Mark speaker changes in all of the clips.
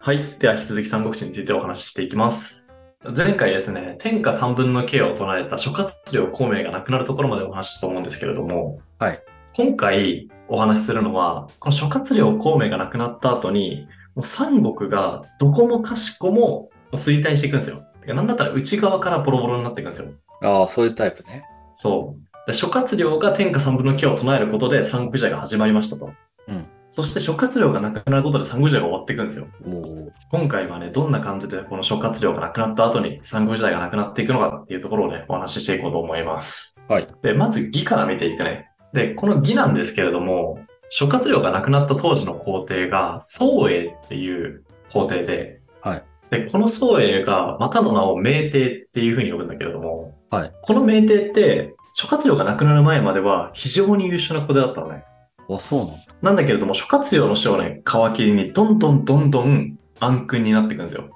Speaker 1: はい。では、引き続き三国志についてお話ししていきます。前回ですね、天下三分の計を唱えた諸葛亮孔明が亡くなるところまでお話ししたと思うんですけれども、
Speaker 2: はい
Speaker 1: 今回お話しするのは、この諸葛亮孔明が亡くなった後に、もう三国がどこもかしこももう衰退していくんですよ。てかなんだったら内側からボロボロになっていくんですよ。
Speaker 2: ああ、そういうタイプね。
Speaker 1: そう。で諸葛亮が天下三分の計を唱えることで三国時代が始まりましたと。
Speaker 2: うん
Speaker 1: そして諸葛亮が亡くなることで三国時代が終わっていくんですよ。
Speaker 2: もう、
Speaker 1: 今回はね、どんな感じでこの諸葛亮が亡くなった後に三国時代がなくなっていくのかっていうところをね、お話ししていこうと思います。
Speaker 2: はい。
Speaker 1: で、まず義から見ていくね。で、この義なんですけれども、諸葛亮が亡くなった当時の皇帝が、宋英っていう皇帝で、
Speaker 2: はい。
Speaker 1: で、この宋英が、またの名を明帝っていうふうに呼ぶんだけれども、
Speaker 2: はい。
Speaker 1: この明帝って、諸葛亮が亡くなる前までは非常に優秀な皇帝だったのね。
Speaker 2: あ、そうなんだ。
Speaker 1: なんだけれども、諸葛亮の死をね、皮切りに、どんどんどんどん暗君になっていくんですよ。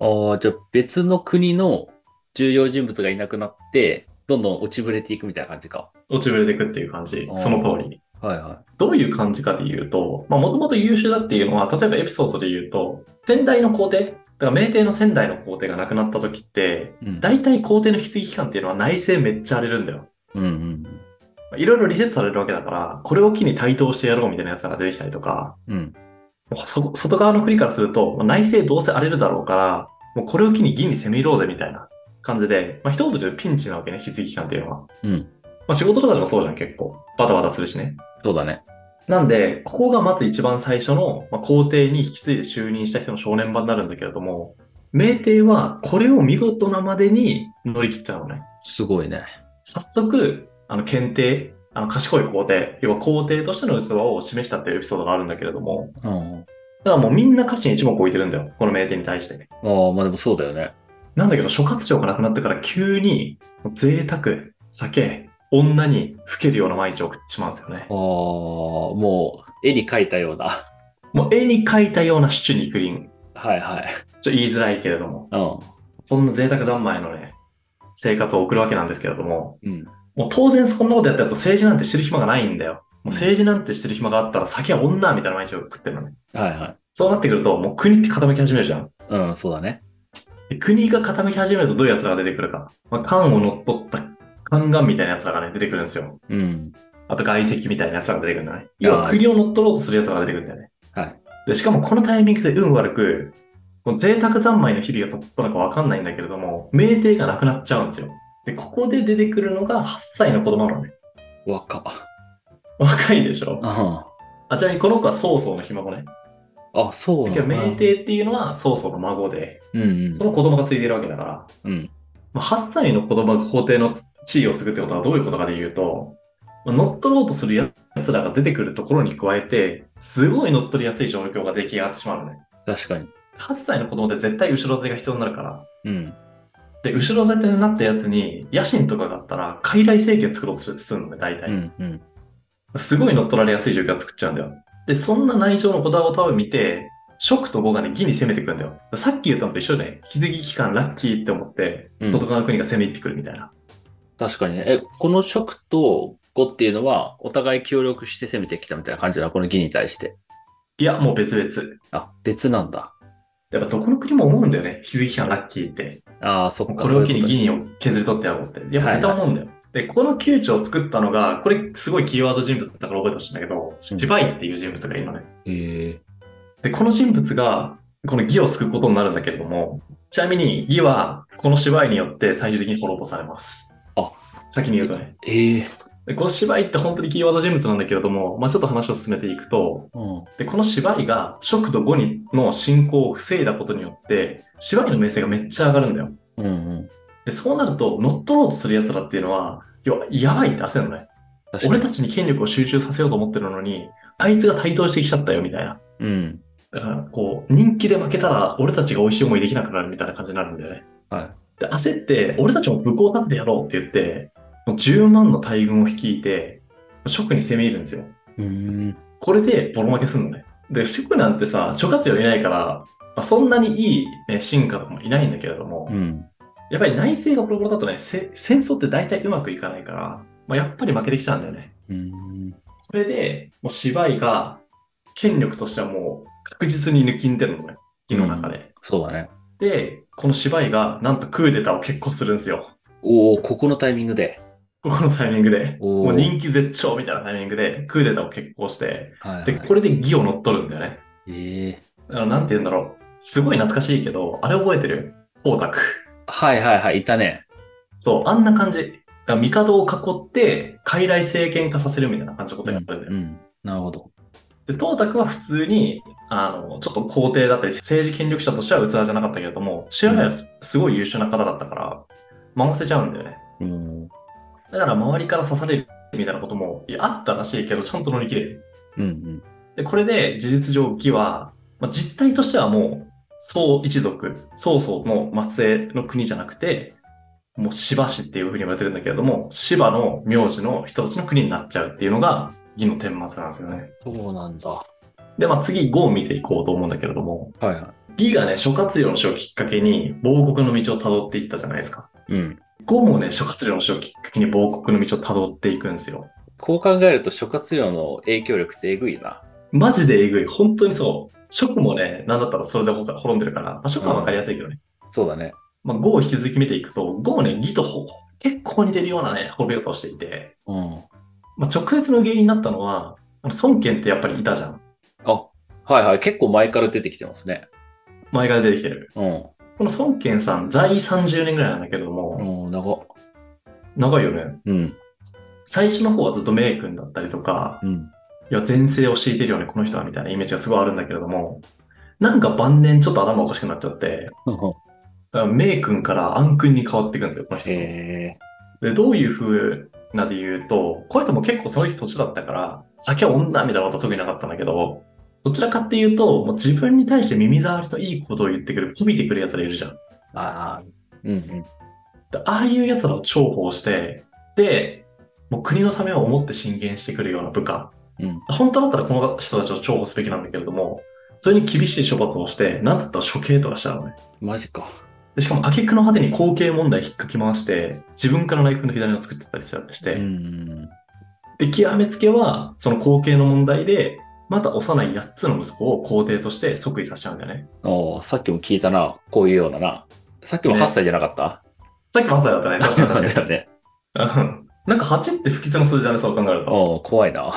Speaker 2: ああ、じゃあ別の国の重要人物がいなくなって、どんどん落ちぶれていくみたいな感じか。
Speaker 1: 落ちぶれていくっていう感じ
Speaker 2: あ、ー
Speaker 1: その通り。
Speaker 2: はいは
Speaker 1: どういう感じかで言うと、まあ、もともと優秀だっていうのは、例えばエピソードで言うと、先代の皇帝、だから明帝の先代の皇帝が亡くなった時って、
Speaker 2: い。うん。
Speaker 1: 大体皇帝の引き継ぎ期間っていうのは内政めっちゃ荒れるんだよ。
Speaker 2: うんうん
Speaker 1: まあいろいろリセットされるわけだから、これを機に対等してやろうみたいなやつが出てきたりとか、
Speaker 2: うん。うん。
Speaker 1: そ外側の国からすると、まあ内政どうせ荒れるだろうから、もうこれを機に銀に攻め入ろうぜみたいな感じで、まあ、一言で言うとピンチなわけね、引き継ぎ期間っていうのは。
Speaker 2: うん。
Speaker 1: まあ、仕事とかでもそうじゃん、結構。バタバタするしね。
Speaker 2: そうだね。
Speaker 1: なんで、ここがまず一番最初の、まあ、皇帝に引き継いで就任した人の正念場になるんだけれども、明帝はこれを見事なまでに乗り切っちゃうのね。
Speaker 2: すごいね。
Speaker 1: 早速、あの、検定、あの、賢い皇帝、要は皇帝としての器を示したっていうエピソードがあるんだけれども、
Speaker 2: うん。あ
Speaker 1: だからもうみんな家臣一目置いてるんだよ、この明帝に対して。
Speaker 2: あ、まあでもそうだよね。
Speaker 1: なんだけど、諸葛亮が亡くなってから急に、贅沢、酒、女に老けるような毎日を送ってしまうんですよね
Speaker 2: ああ、。もう絵に描いたよう な。
Speaker 1: もう絵に描いたようなシチュー肉林。
Speaker 2: はいはい。
Speaker 1: ちょっと言いづらいけれども、
Speaker 2: う
Speaker 1: そんな贅沢三昧のね、生活を送るわけなんですけれども、
Speaker 2: ん。うん。
Speaker 1: もう当然そんなことやってると政治なんてしてる暇がないんだよ。もう政治なんてしてる暇があったら酒は女みたいな毎日を食ってるのね。
Speaker 2: はいは
Speaker 1: そうなってくると、もう国って傾き始めるじゃん。
Speaker 2: い。うん、そうだね。
Speaker 1: で国が傾き始めるとどういう奴らが出てくるか。まあ、漢を乗っ取った宦官みたいな奴らがね、出てくるんですよ。
Speaker 2: うん。
Speaker 1: あと外籍みたいな奴らが出てくるんだね。
Speaker 2: いやー
Speaker 1: 要は国を乗っ取ろうとする奴らが出てくるんだよね。
Speaker 2: はい。
Speaker 1: で、しかもこのタイミングで運悪く、この贅沢三昧の日々が経ったのかわかんないんだけれども、明帝がなくなっちゃうんですよ。で、ここで出てくるのが8歳の子供なのね。
Speaker 2: 若。
Speaker 1: 若いでしょ
Speaker 2: うん。あ、
Speaker 1: あ、ちなみにこの子は曹操のひ孫ね。
Speaker 2: そう
Speaker 1: だ
Speaker 2: なん
Speaker 1: け
Speaker 2: だ
Speaker 1: ど明帝っていうのは曹操の孫で、
Speaker 2: うんうん。
Speaker 1: その子供がついてるわけだから、
Speaker 2: うん。
Speaker 1: まあ、8歳の子供が皇帝の地位を継ぐってことはどういうことかで言うと、まあ乗っ取ろうとするやつらが出てくるところに加えて、すごい乗っ取りやすい状況が出来上がってしまうのね。
Speaker 2: 確かに。
Speaker 1: 8歳の子供って絶対後ろ手が必要になるから、
Speaker 2: うん。
Speaker 1: で、後ろ盾になったやつに、野心とかがあったら、傀儡政権作ろうとするのね、大体。
Speaker 2: うんうん。
Speaker 1: すごい乗っ取られやすい状況を作っちゃうんだよ。で、そんな内情のこだわりを多分見て、ショックと語がね、義に攻めてくんだよ。さっき言ったのと一緒で、ね、引き継ぎ期間ラッキーって思って
Speaker 2: う、ん
Speaker 1: 外側の国が攻め入ってくるみたいな。
Speaker 2: 確かにね。え、この食と語っていうのは、お互い協力して攻めてきたみたいな感じなのこの義に対して。
Speaker 1: いや、もう別々。
Speaker 2: あ、別なんだ。や
Speaker 1: やっぱどこの国も思うんだよね、引き継ぎ期間ラッキーって。
Speaker 2: ああ、そっか。
Speaker 1: これを機に
Speaker 2: そういう
Speaker 1: 義にを削り取ってやろうって。やっぱ絶対思うんだよ。で、この窮地を作ったのが、これすごいキーワード人物だから覚えてほしいんだけど、芝居っていう人物がいるのね。
Speaker 2: ことへえ
Speaker 1: で、この人物が、この義を救うことになるんだけれども、ちなみに義は、この芝居によって最終的に滅ぼされます。
Speaker 2: あ
Speaker 1: 先に言うとね。
Speaker 2: ええ
Speaker 1: で、この芝居って本当にキーワード人物なんだけれども、まあちょっと話を進めていくと、
Speaker 2: うん。
Speaker 1: で、この芝居が、食と語にの進行を防いだことによって、芝居の名声がめっちゃ上がるんだよ。
Speaker 2: うんうん。
Speaker 1: で、そうなると、乗っ取ろうとする奴らっていうのは、要は、やばいって焦るのね。
Speaker 2: 確かに
Speaker 1: 俺たちに権力を集中させようと思ってるのに、あいつが台頭してきちゃったよ、みたいな。
Speaker 2: うん。
Speaker 1: だから、こう、人気で負けたら、俺たちが美味しい思いできなくなるみたいな感じになるんだよね。
Speaker 2: はい。
Speaker 1: で、焦って、俺たちも武功立ててやろうって言って、もう10万の大軍を率いて、職に攻め入るんですよ。
Speaker 2: うーん。
Speaker 1: これでボロ負けすんのね。で、職なんてさ、諸葛亮いないから、まあ、そんなにいい、ね、進化とかもいないんだけれども、
Speaker 2: うん。
Speaker 1: やっぱり内政がボロボロだとね、せ戦争って大体うまくいかないから、まあ、やっぱり負けてきちゃうんだよね。
Speaker 2: うーん。
Speaker 1: これで、もう芝居が、権力としてはもう確実に抜きんでるのね。義の中で。
Speaker 2: そうだね。
Speaker 1: で、この芝居がなんとクーデターを結構するんですよ。
Speaker 2: おお、ここのタイミングで。
Speaker 1: ここのタイミングで。
Speaker 2: おー
Speaker 1: もう人気絶頂みたいなタイミングでクーデターを決行して、
Speaker 2: はい、はい。
Speaker 1: で、これで義を乗っ取るんだよね。
Speaker 2: ええ
Speaker 1: あの、なんて言うんだろう。すごい懐かしいけど、あれ覚えてる光沢。
Speaker 2: はいはいはい、いたね。
Speaker 1: そう、あんな感じ。だから帝を囲って、傀儡政権化させるみたいな感じのこと
Speaker 2: う
Speaker 1: を
Speaker 2: ん
Speaker 1: やってるんだよ。
Speaker 2: うん。なるほど。
Speaker 1: で、董卓は普通に、あの、ちょっと皇帝だったり、政治権力者としては器じゃなかったけれども、知らないはすごい優秀な方だったから、回せちゃうんだよね。
Speaker 2: うん。
Speaker 1: だから周りから刺されるみたいなことも、いや、あったらしいけど、ちゃんと乗り切れる。
Speaker 2: うんうん。
Speaker 1: で、これで事実上、義は、まあ、実態としてはもう、宋一族、曹操の末裔の国じゃなくて、もう芝氏っていうふうに言われてるんだけれども、芝の名字の人たちの国になっちゃうっていうのが、義の顛末なんですよね。
Speaker 2: そうなんだ。は
Speaker 1: で、まあ次、5を見ていこうと思うんだけれども、
Speaker 2: いは
Speaker 1: 義がね、諸葛亮の死をきっかけに、亡国の道を辿っていったじゃないですか。
Speaker 2: い。うん。
Speaker 1: 5もね、諸葛亮の死をきっかけに亡国の道を辿っていくんですよ。
Speaker 2: こう考えると諸葛亮の影響力ってえぐいな。
Speaker 1: マジでえぐい。本当にそう。諸君もね、なんだったらそれで滅んでるから、まあ、諸君はわかりやすいけどね。
Speaker 2: そうだね。
Speaker 1: まあ、5を引き続き見ていくと、5もね、義とほ結構似てるようなね、滅び方をしていて、
Speaker 2: うん。
Speaker 1: まあ、直接の原因になったのは、あの孫権ってやっぱりいたじゃん。
Speaker 2: あ、はいはい。結構前から出てきてますね。
Speaker 1: 前から出てきてる。
Speaker 2: うん。
Speaker 1: この孫権さん、在位30年ぐらいなんだけども、
Speaker 2: うん、長っ。
Speaker 1: 長いよね。
Speaker 2: うん。
Speaker 1: 最初の方はずっと名君だったりとか、
Speaker 2: うん。
Speaker 1: いや、前世を敷いてるよね、この人はみたいなイメージがすごいあるんだけれども、なんか晩年ちょっと頭おかしくなっちゃって、だから名君から暗君に変わっていくんですよ、この人と。
Speaker 2: へえ。
Speaker 1: で、どういう風なで言うと、これとも結構その時年だったから、酒は女みたいなことは特になかったんだけど、どちらかっていうと、もう自分に対して耳障りのいいことを言ってくる、こびてくる奴らいるじゃん。
Speaker 2: ああ。うんうん。
Speaker 1: でああいう奴らを重宝して、で、もう国のためを思って進言してくるような部下。
Speaker 2: うん
Speaker 1: 本当だったらこの人たちを重宝すべきなんだけれども、それに厳しい処罰をして、なんだったら処刑とかしちゃうのね。
Speaker 2: マジか。
Speaker 1: でしかも、挙句の果てに後継問題引っかき回して、自分から内紛の左を作ってたりして、
Speaker 2: うん。
Speaker 1: で、極めつけは、その後継の問題で、また幼い8つの息子を皇帝として即位させちゃうんだよね。
Speaker 2: おお、さっきも聞いたな。こういうようなな。さっきも
Speaker 1: ね
Speaker 2: 8歳じゃなかった、
Speaker 1: さっきマサイだったね。 確かに確
Speaker 2: だよね。
Speaker 1: かに。うんなんか8って不吉な数字だね、そう考えると。
Speaker 2: おお、怖いな。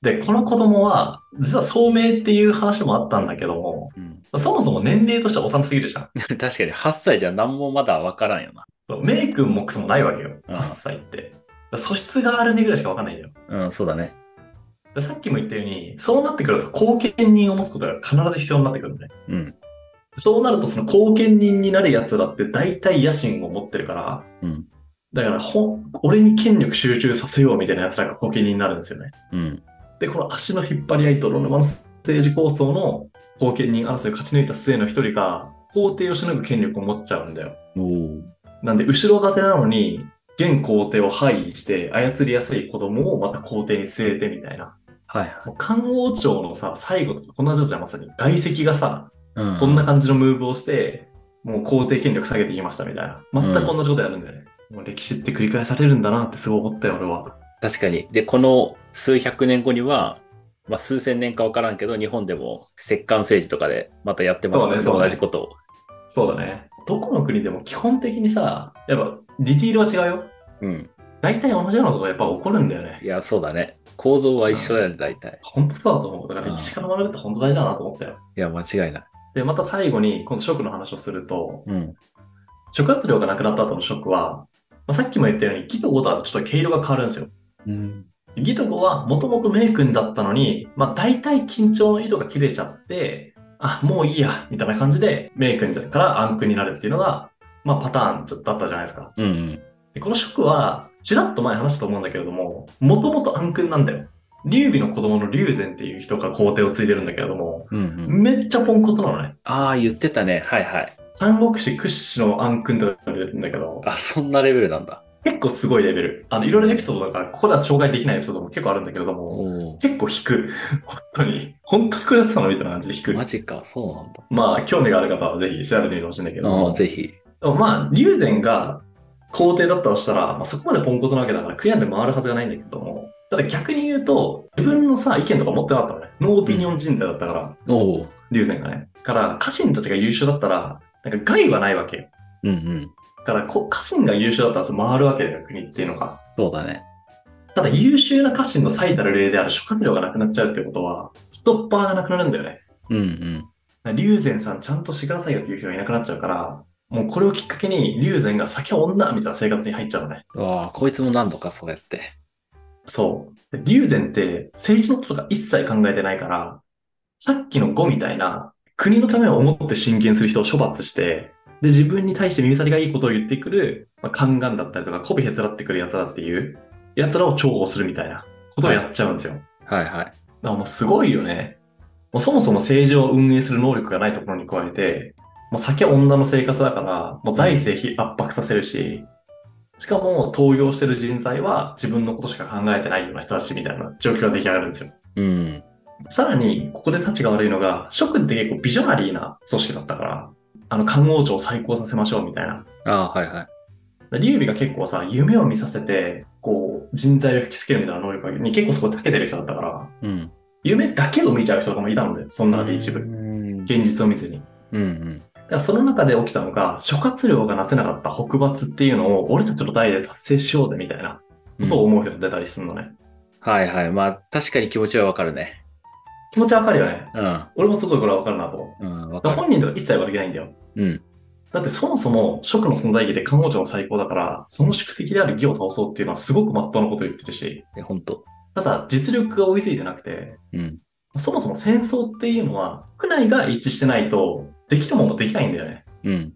Speaker 1: で、この子供は、実は聡明っていう話もあったんだけども、
Speaker 2: うん、
Speaker 1: そもそも年齢としては幼すぎるじゃん。
Speaker 2: 確かに8歳じゃ何もまだわからんよな。
Speaker 1: そう、メイ君もクソもないわけよ。
Speaker 2: うん
Speaker 1: 8歳って。だから素質があるねぐらいしかわかんないんだよ。
Speaker 2: うん、そうだね。
Speaker 1: でさっきも言ったように、そうなってくると後見人を持つことが必ず必要になってくるのね。
Speaker 2: うん。
Speaker 1: そうなると、その後見人になるやつらって大体野心を持ってるから、
Speaker 2: うん。
Speaker 1: だからほん、俺に権力集中させようみたいなやつらが後見人になるんですよね。
Speaker 2: うん。
Speaker 1: で、この足の引っ張り合い、泥沼の政治構想の後見人争いを勝ち抜いた末の一人が、皇帝をしのぐ権力を持っちゃうんだよ。
Speaker 2: おお。
Speaker 1: なんで、後ろ盾なのに、現皇帝を廃位して、操りやすい子供をまた皇帝に据えてみたいな。
Speaker 2: はいはい。
Speaker 1: もう漢王朝のさ、最後とか、こんな状態はまさに外籍がさ、
Speaker 2: う
Speaker 1: こんな感じのムーブをして、もう皇帝権力下げていきましたみたいな。全く同じことやるんだよね。もう歴史って繰り返されるんだなってすごい思ったよ、俺は。
Speaker 2: 確かに。で、この数百年後には、まあ、数千年か分からんけど、日本でも摂関政治とかでまたやってます
Speaker 1: そうねそうね
Speaker 2: 同じことを。
Speaker 1: そうだね。どこの国でも基本的にさ、やっぱディティールは違うよ。
Speaker 2: うん。
Speaker 1: 大体同じようなことがやっぱ起こるんだよね
Speaker 2: い。や、そうだね。構造は一緒だよね、大体。
Speaker 1: 本当そうだと思う。だから歴史から学ぶって本当大事だなと思ったよ。
Speaker 2: いや、間違いない。
Speaker 1: で、また最後に、この食の話をすると、
Speaker 2: うん。
Speaker 1: 諸葛亮がなくなった後の食は、まあ、さっきも言ったように、義と語とはちょっと毛色が変わるんですよ。
Speaker 2: うん。
Speaker 1: 義と子はもともと名君だったのに、まあ、大体緊張の糸が切れちゃって、あ、もういいや、みたいな感じで、名君から暗君になるっていうのが、まあ、パターンだったじゃないですか。
Speaker 2: うんうん。
Speaker 1: でこの職は、ちらっと前話したと思うんだけれども、もともと暗君なんだよ。劉備の子供の劉禅っていう人が皇帝を継いでるんだけれども、
Speaker 2: うんうん、
Speaker 1: めっちゃポンコツなのね。
Speaker 2: ああ、言ってたね。はいはい。
Speaker 1: 三国志屈指の暗君と言われてるんだけど、
Speaker 2: あ、そんなレベルなんだ。
Speaker 1: 結構すごいレベル。あの、いろいろエピソードだから、ここでは紹介できないエピソードも結構あるんだけれども、
Speaker 2: おお。
Speaker 1: 結構引く。本当に。本当にこれやってたのみたいな感じで引く。
Speaker 2: マジか、そうなんだ。
Speaker 1: まあ、興味がある方はぜひ調べてみてほしいんだけ
Speaker 2: あ
Speaker 1: ど
Speaker 2: あ、、ぜひ。
Speaker 1: でもまあ、龍禅が皇帝だったとしたら、まあ、そこまでポンコツなわけだから、クリアで回るはずがないんだけども、ただ逆に言うと、自分のさ、意見とか持ってなかったのね。ノーオピニオン人材だったから、
Speaker 2: おお。
Speaker 1: 竜禅がね。から、家臣たちが優秀だったら、なんか害はないわけよ。
Speaker 2: うんうん。
Speaker 1: だからこ、家臣が優秀だったらその回るわけだよ、国っていうのが。
Speaker 2: そうだね。
Speaker 1: ただ、優秀な家臣の最たる例である諸葛亮がなくなっちゃうってことは、ストッパーがなくなるんだよね。
Speaker 2: うんうん。
Speaker 1: 龍禅さんちゃんとしてくださいよっていう人がいなくなっちゃうから、もうこれをきっかけに龍禅が酒は女みたいな生活に入っちゃうのね。
Speaker 2: うわあ、こいつも何度かそうやって。
Speaker 1: そう。で龍禅って政治のこととか一切考えてないから、さっきの語みたいな国のためを思って進言する人を処罰して、で、自分に対して耳障りがいいことを言ってくる、まあ、宦官だったりとか、媚びへつらってくる奴らっていう、奴らを重宝するみたいなことをやっちゃうんですよ。
Speaker 2: はいはい。
Speaker 1: だからもうすごいよね。もうそもそも政治を運営する能力がないところに加えて、もう酒は女の生活だから、もう財政費圧迫させるし、しかも登用してる人材は自分のことしか考えてないような人たちみたいな状況が出来上がるんですよ。
Speaker 2: うん。
Speaker 1: さらに、ここで立ちが悪いのが、諸君って結構ビジョナリーな組織だったから、あの、官王庁を再興させましょうみたいな。
Speaker 2: ああ、はいはい。
Speaker 1: 劉備が結構さ、夢を見させて、こう、人材を引きつけるみたいな能力に結構そこ長けてる人だったから、
Speaker 2: うん。
Speaker 1: 夢だけを見ちゃう人とかもいたので、その中で一部
Speaker 2: う。ん
Speaker 1: 現実を見ずに。
Speaker 2: うん。
Speaker 1: だからその中で起きたのが、諸葛亮がなせなかった北伐っていうのを俺たちの代で達成しようぜみたいな
Speaker 2: う
Speaker 1: ことを
Speaker 2: ん。
Speaker 1: 思う人が出たりするのね。
Speaker 2: はいはい。まあ、確かに気持ちはわかるね。
Speaker 1: 気持ちはわかるよね。
Speaker 2: うん。
Speaker 1: 俺もすごいこれはわかるなと。
Speaker 2: うん、
Speaker 1: だ
Speaker 2: わか
Speaker 1: から
Speaker 2: る。
Speaker 1: 本人とか一切悪気ないんだよ。
Speaker 2: うん。
Speaker 1: だってそもそも諸君の存在意義で官王庁の最高だから、その宿敵である義を倒そうっていうのはすごく真っ当なことを言ってるし、
Speaker 2: え、ほんと。
Speaker 1: ただ実力が追いついてなくて、
Speaker 2: うん。
Speaker 1: そもそも戦争っていうのは国内が一致してないとできるものもできないんだよね。
Speaker 2: うん。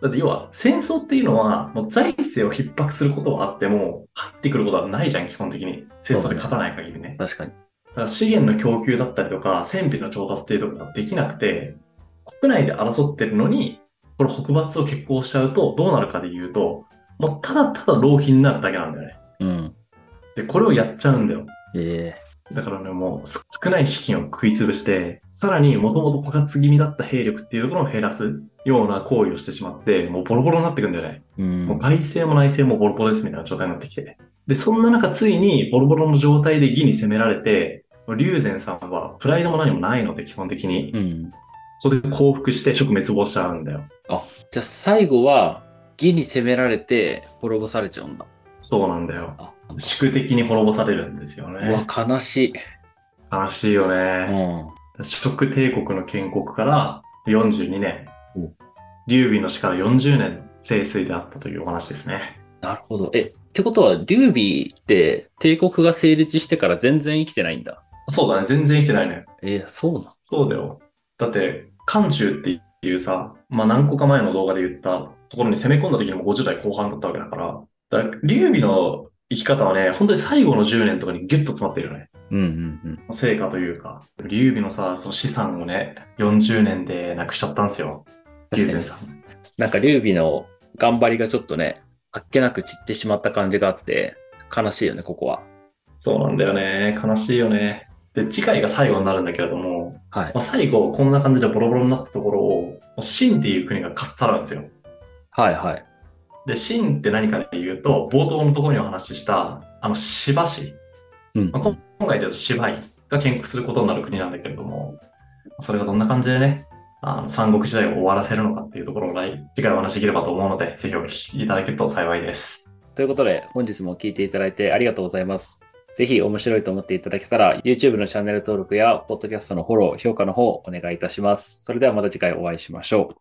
Speaker 1: だって要は戦争っていうのはもう財政を逼迫することはあっても入ってくることはないじゃん基本的に戦争で勝たない限りね
Speaker 2: 確かに。
Speaker 1: だから資源の供給だったりとか戦費の調達っていうところができなくて国内で争ってるのにこれ北伐を決行しちゃうとどうなるかで言うともうただただ浪費になるだけなんだよね
Speaker 2: うん。
Speaker 1: でこれをやっちゃうんだよ
Speaker 2: え
Speaker 1: だからねもうす少ない資金を食い潰してさらにもともと枯渇気味だった兵力っていうところを減らすような行為をしてしまってもうボロボロになってくんだよね
Speaker 2: えう。
Speaker 1: もうん外政も内政もボロボロですみたいな状態になってきて。で、そんな中、ついにボロボロの状態で義に攻められて、龍禅さんはプライドも何もないので、基本的に。
Speaker 2: うん。
Speaker 1: そこで降伏して、職滅亡しちゃうんだよ。
Speaker 2: じゃあ最後は、義に攻められて滅ぼされちゃうんだ。
Speaker 1: そうなんだよ。
Speaker 2: あ、
Speaker 1: 宿敵に滅ぼされるんですよ
Speaker 2: うわ
Speaker 1: ね。、
Speaker 2: 悲しい。
Speaker 1: 悲しいよ
Speaker 2: う
Speaker 1: ね。
Speaker 2: ん。
Speaker 1: 諸国帝国の建国から42年
Speaker 2: うん。
Speaker 1: 劉備の死から40年、盛衰であったというお話ですね。
Speaker 2: なるほど。え、ってことは、劉備って帝国が成立してから全然生きてないんだ。
Speaker 1: そうだね。全然生きてないね。
Speaker 2: えーそうな
Speaker 1: そうだよ。だって、漢中っていうさ、まあ何個か前の動画で言ったところに攻め込んだ時にも50代後半だったわけだから、だから劉備の生き方はね、本当に最後の10年とかにギュッと詰まってるよね。
Speaker 2: のうんうんうん。
Speaker 1: 成果というか、劉備のさ、その資産をね、40年でなくしちゃったんですよ。劉
Speaker 2: 確か
Speaker 1: 禅
Speaker 2: に
Speaker 1: さん。
Speaker 2: なんか劉備の頑張りがちょっとね、あっけなく散ってしまった感じがあって、悲しいよね、ここは。
Speaker 1: そうなんだよね。悲しいよね。で、次回が最後になるんだけれども、
Speaker 2: はい。
Speaker 1: まあ、最後、こんな感じでボロボロになったところを、もう秦っていう国がかっさらうんですよ。
Speaker 2: はいはい。
Speaker 1: で、秦って何かで言うと、冒頭のところにお話しした、あの、芝市、
Speaker 2: うん
Speaker 1: まあ、こ今回で言うと芝居が建国することになる国なんだけれども、それがどんな感じでね、あの三国時代を終わらせるのかっていうところを来次回お話しできればと思うので、ぜひお聞きいただけると幸いです。
Speaker 2: ということで、本日も聞いていただいてありがとうございます。ぜひ面白いと思っていただけたら、YouTube のチャンネル登録や、ポッドキャストのフォロー、評価の方、お願いいたします。それではまた次回お会いしましょう。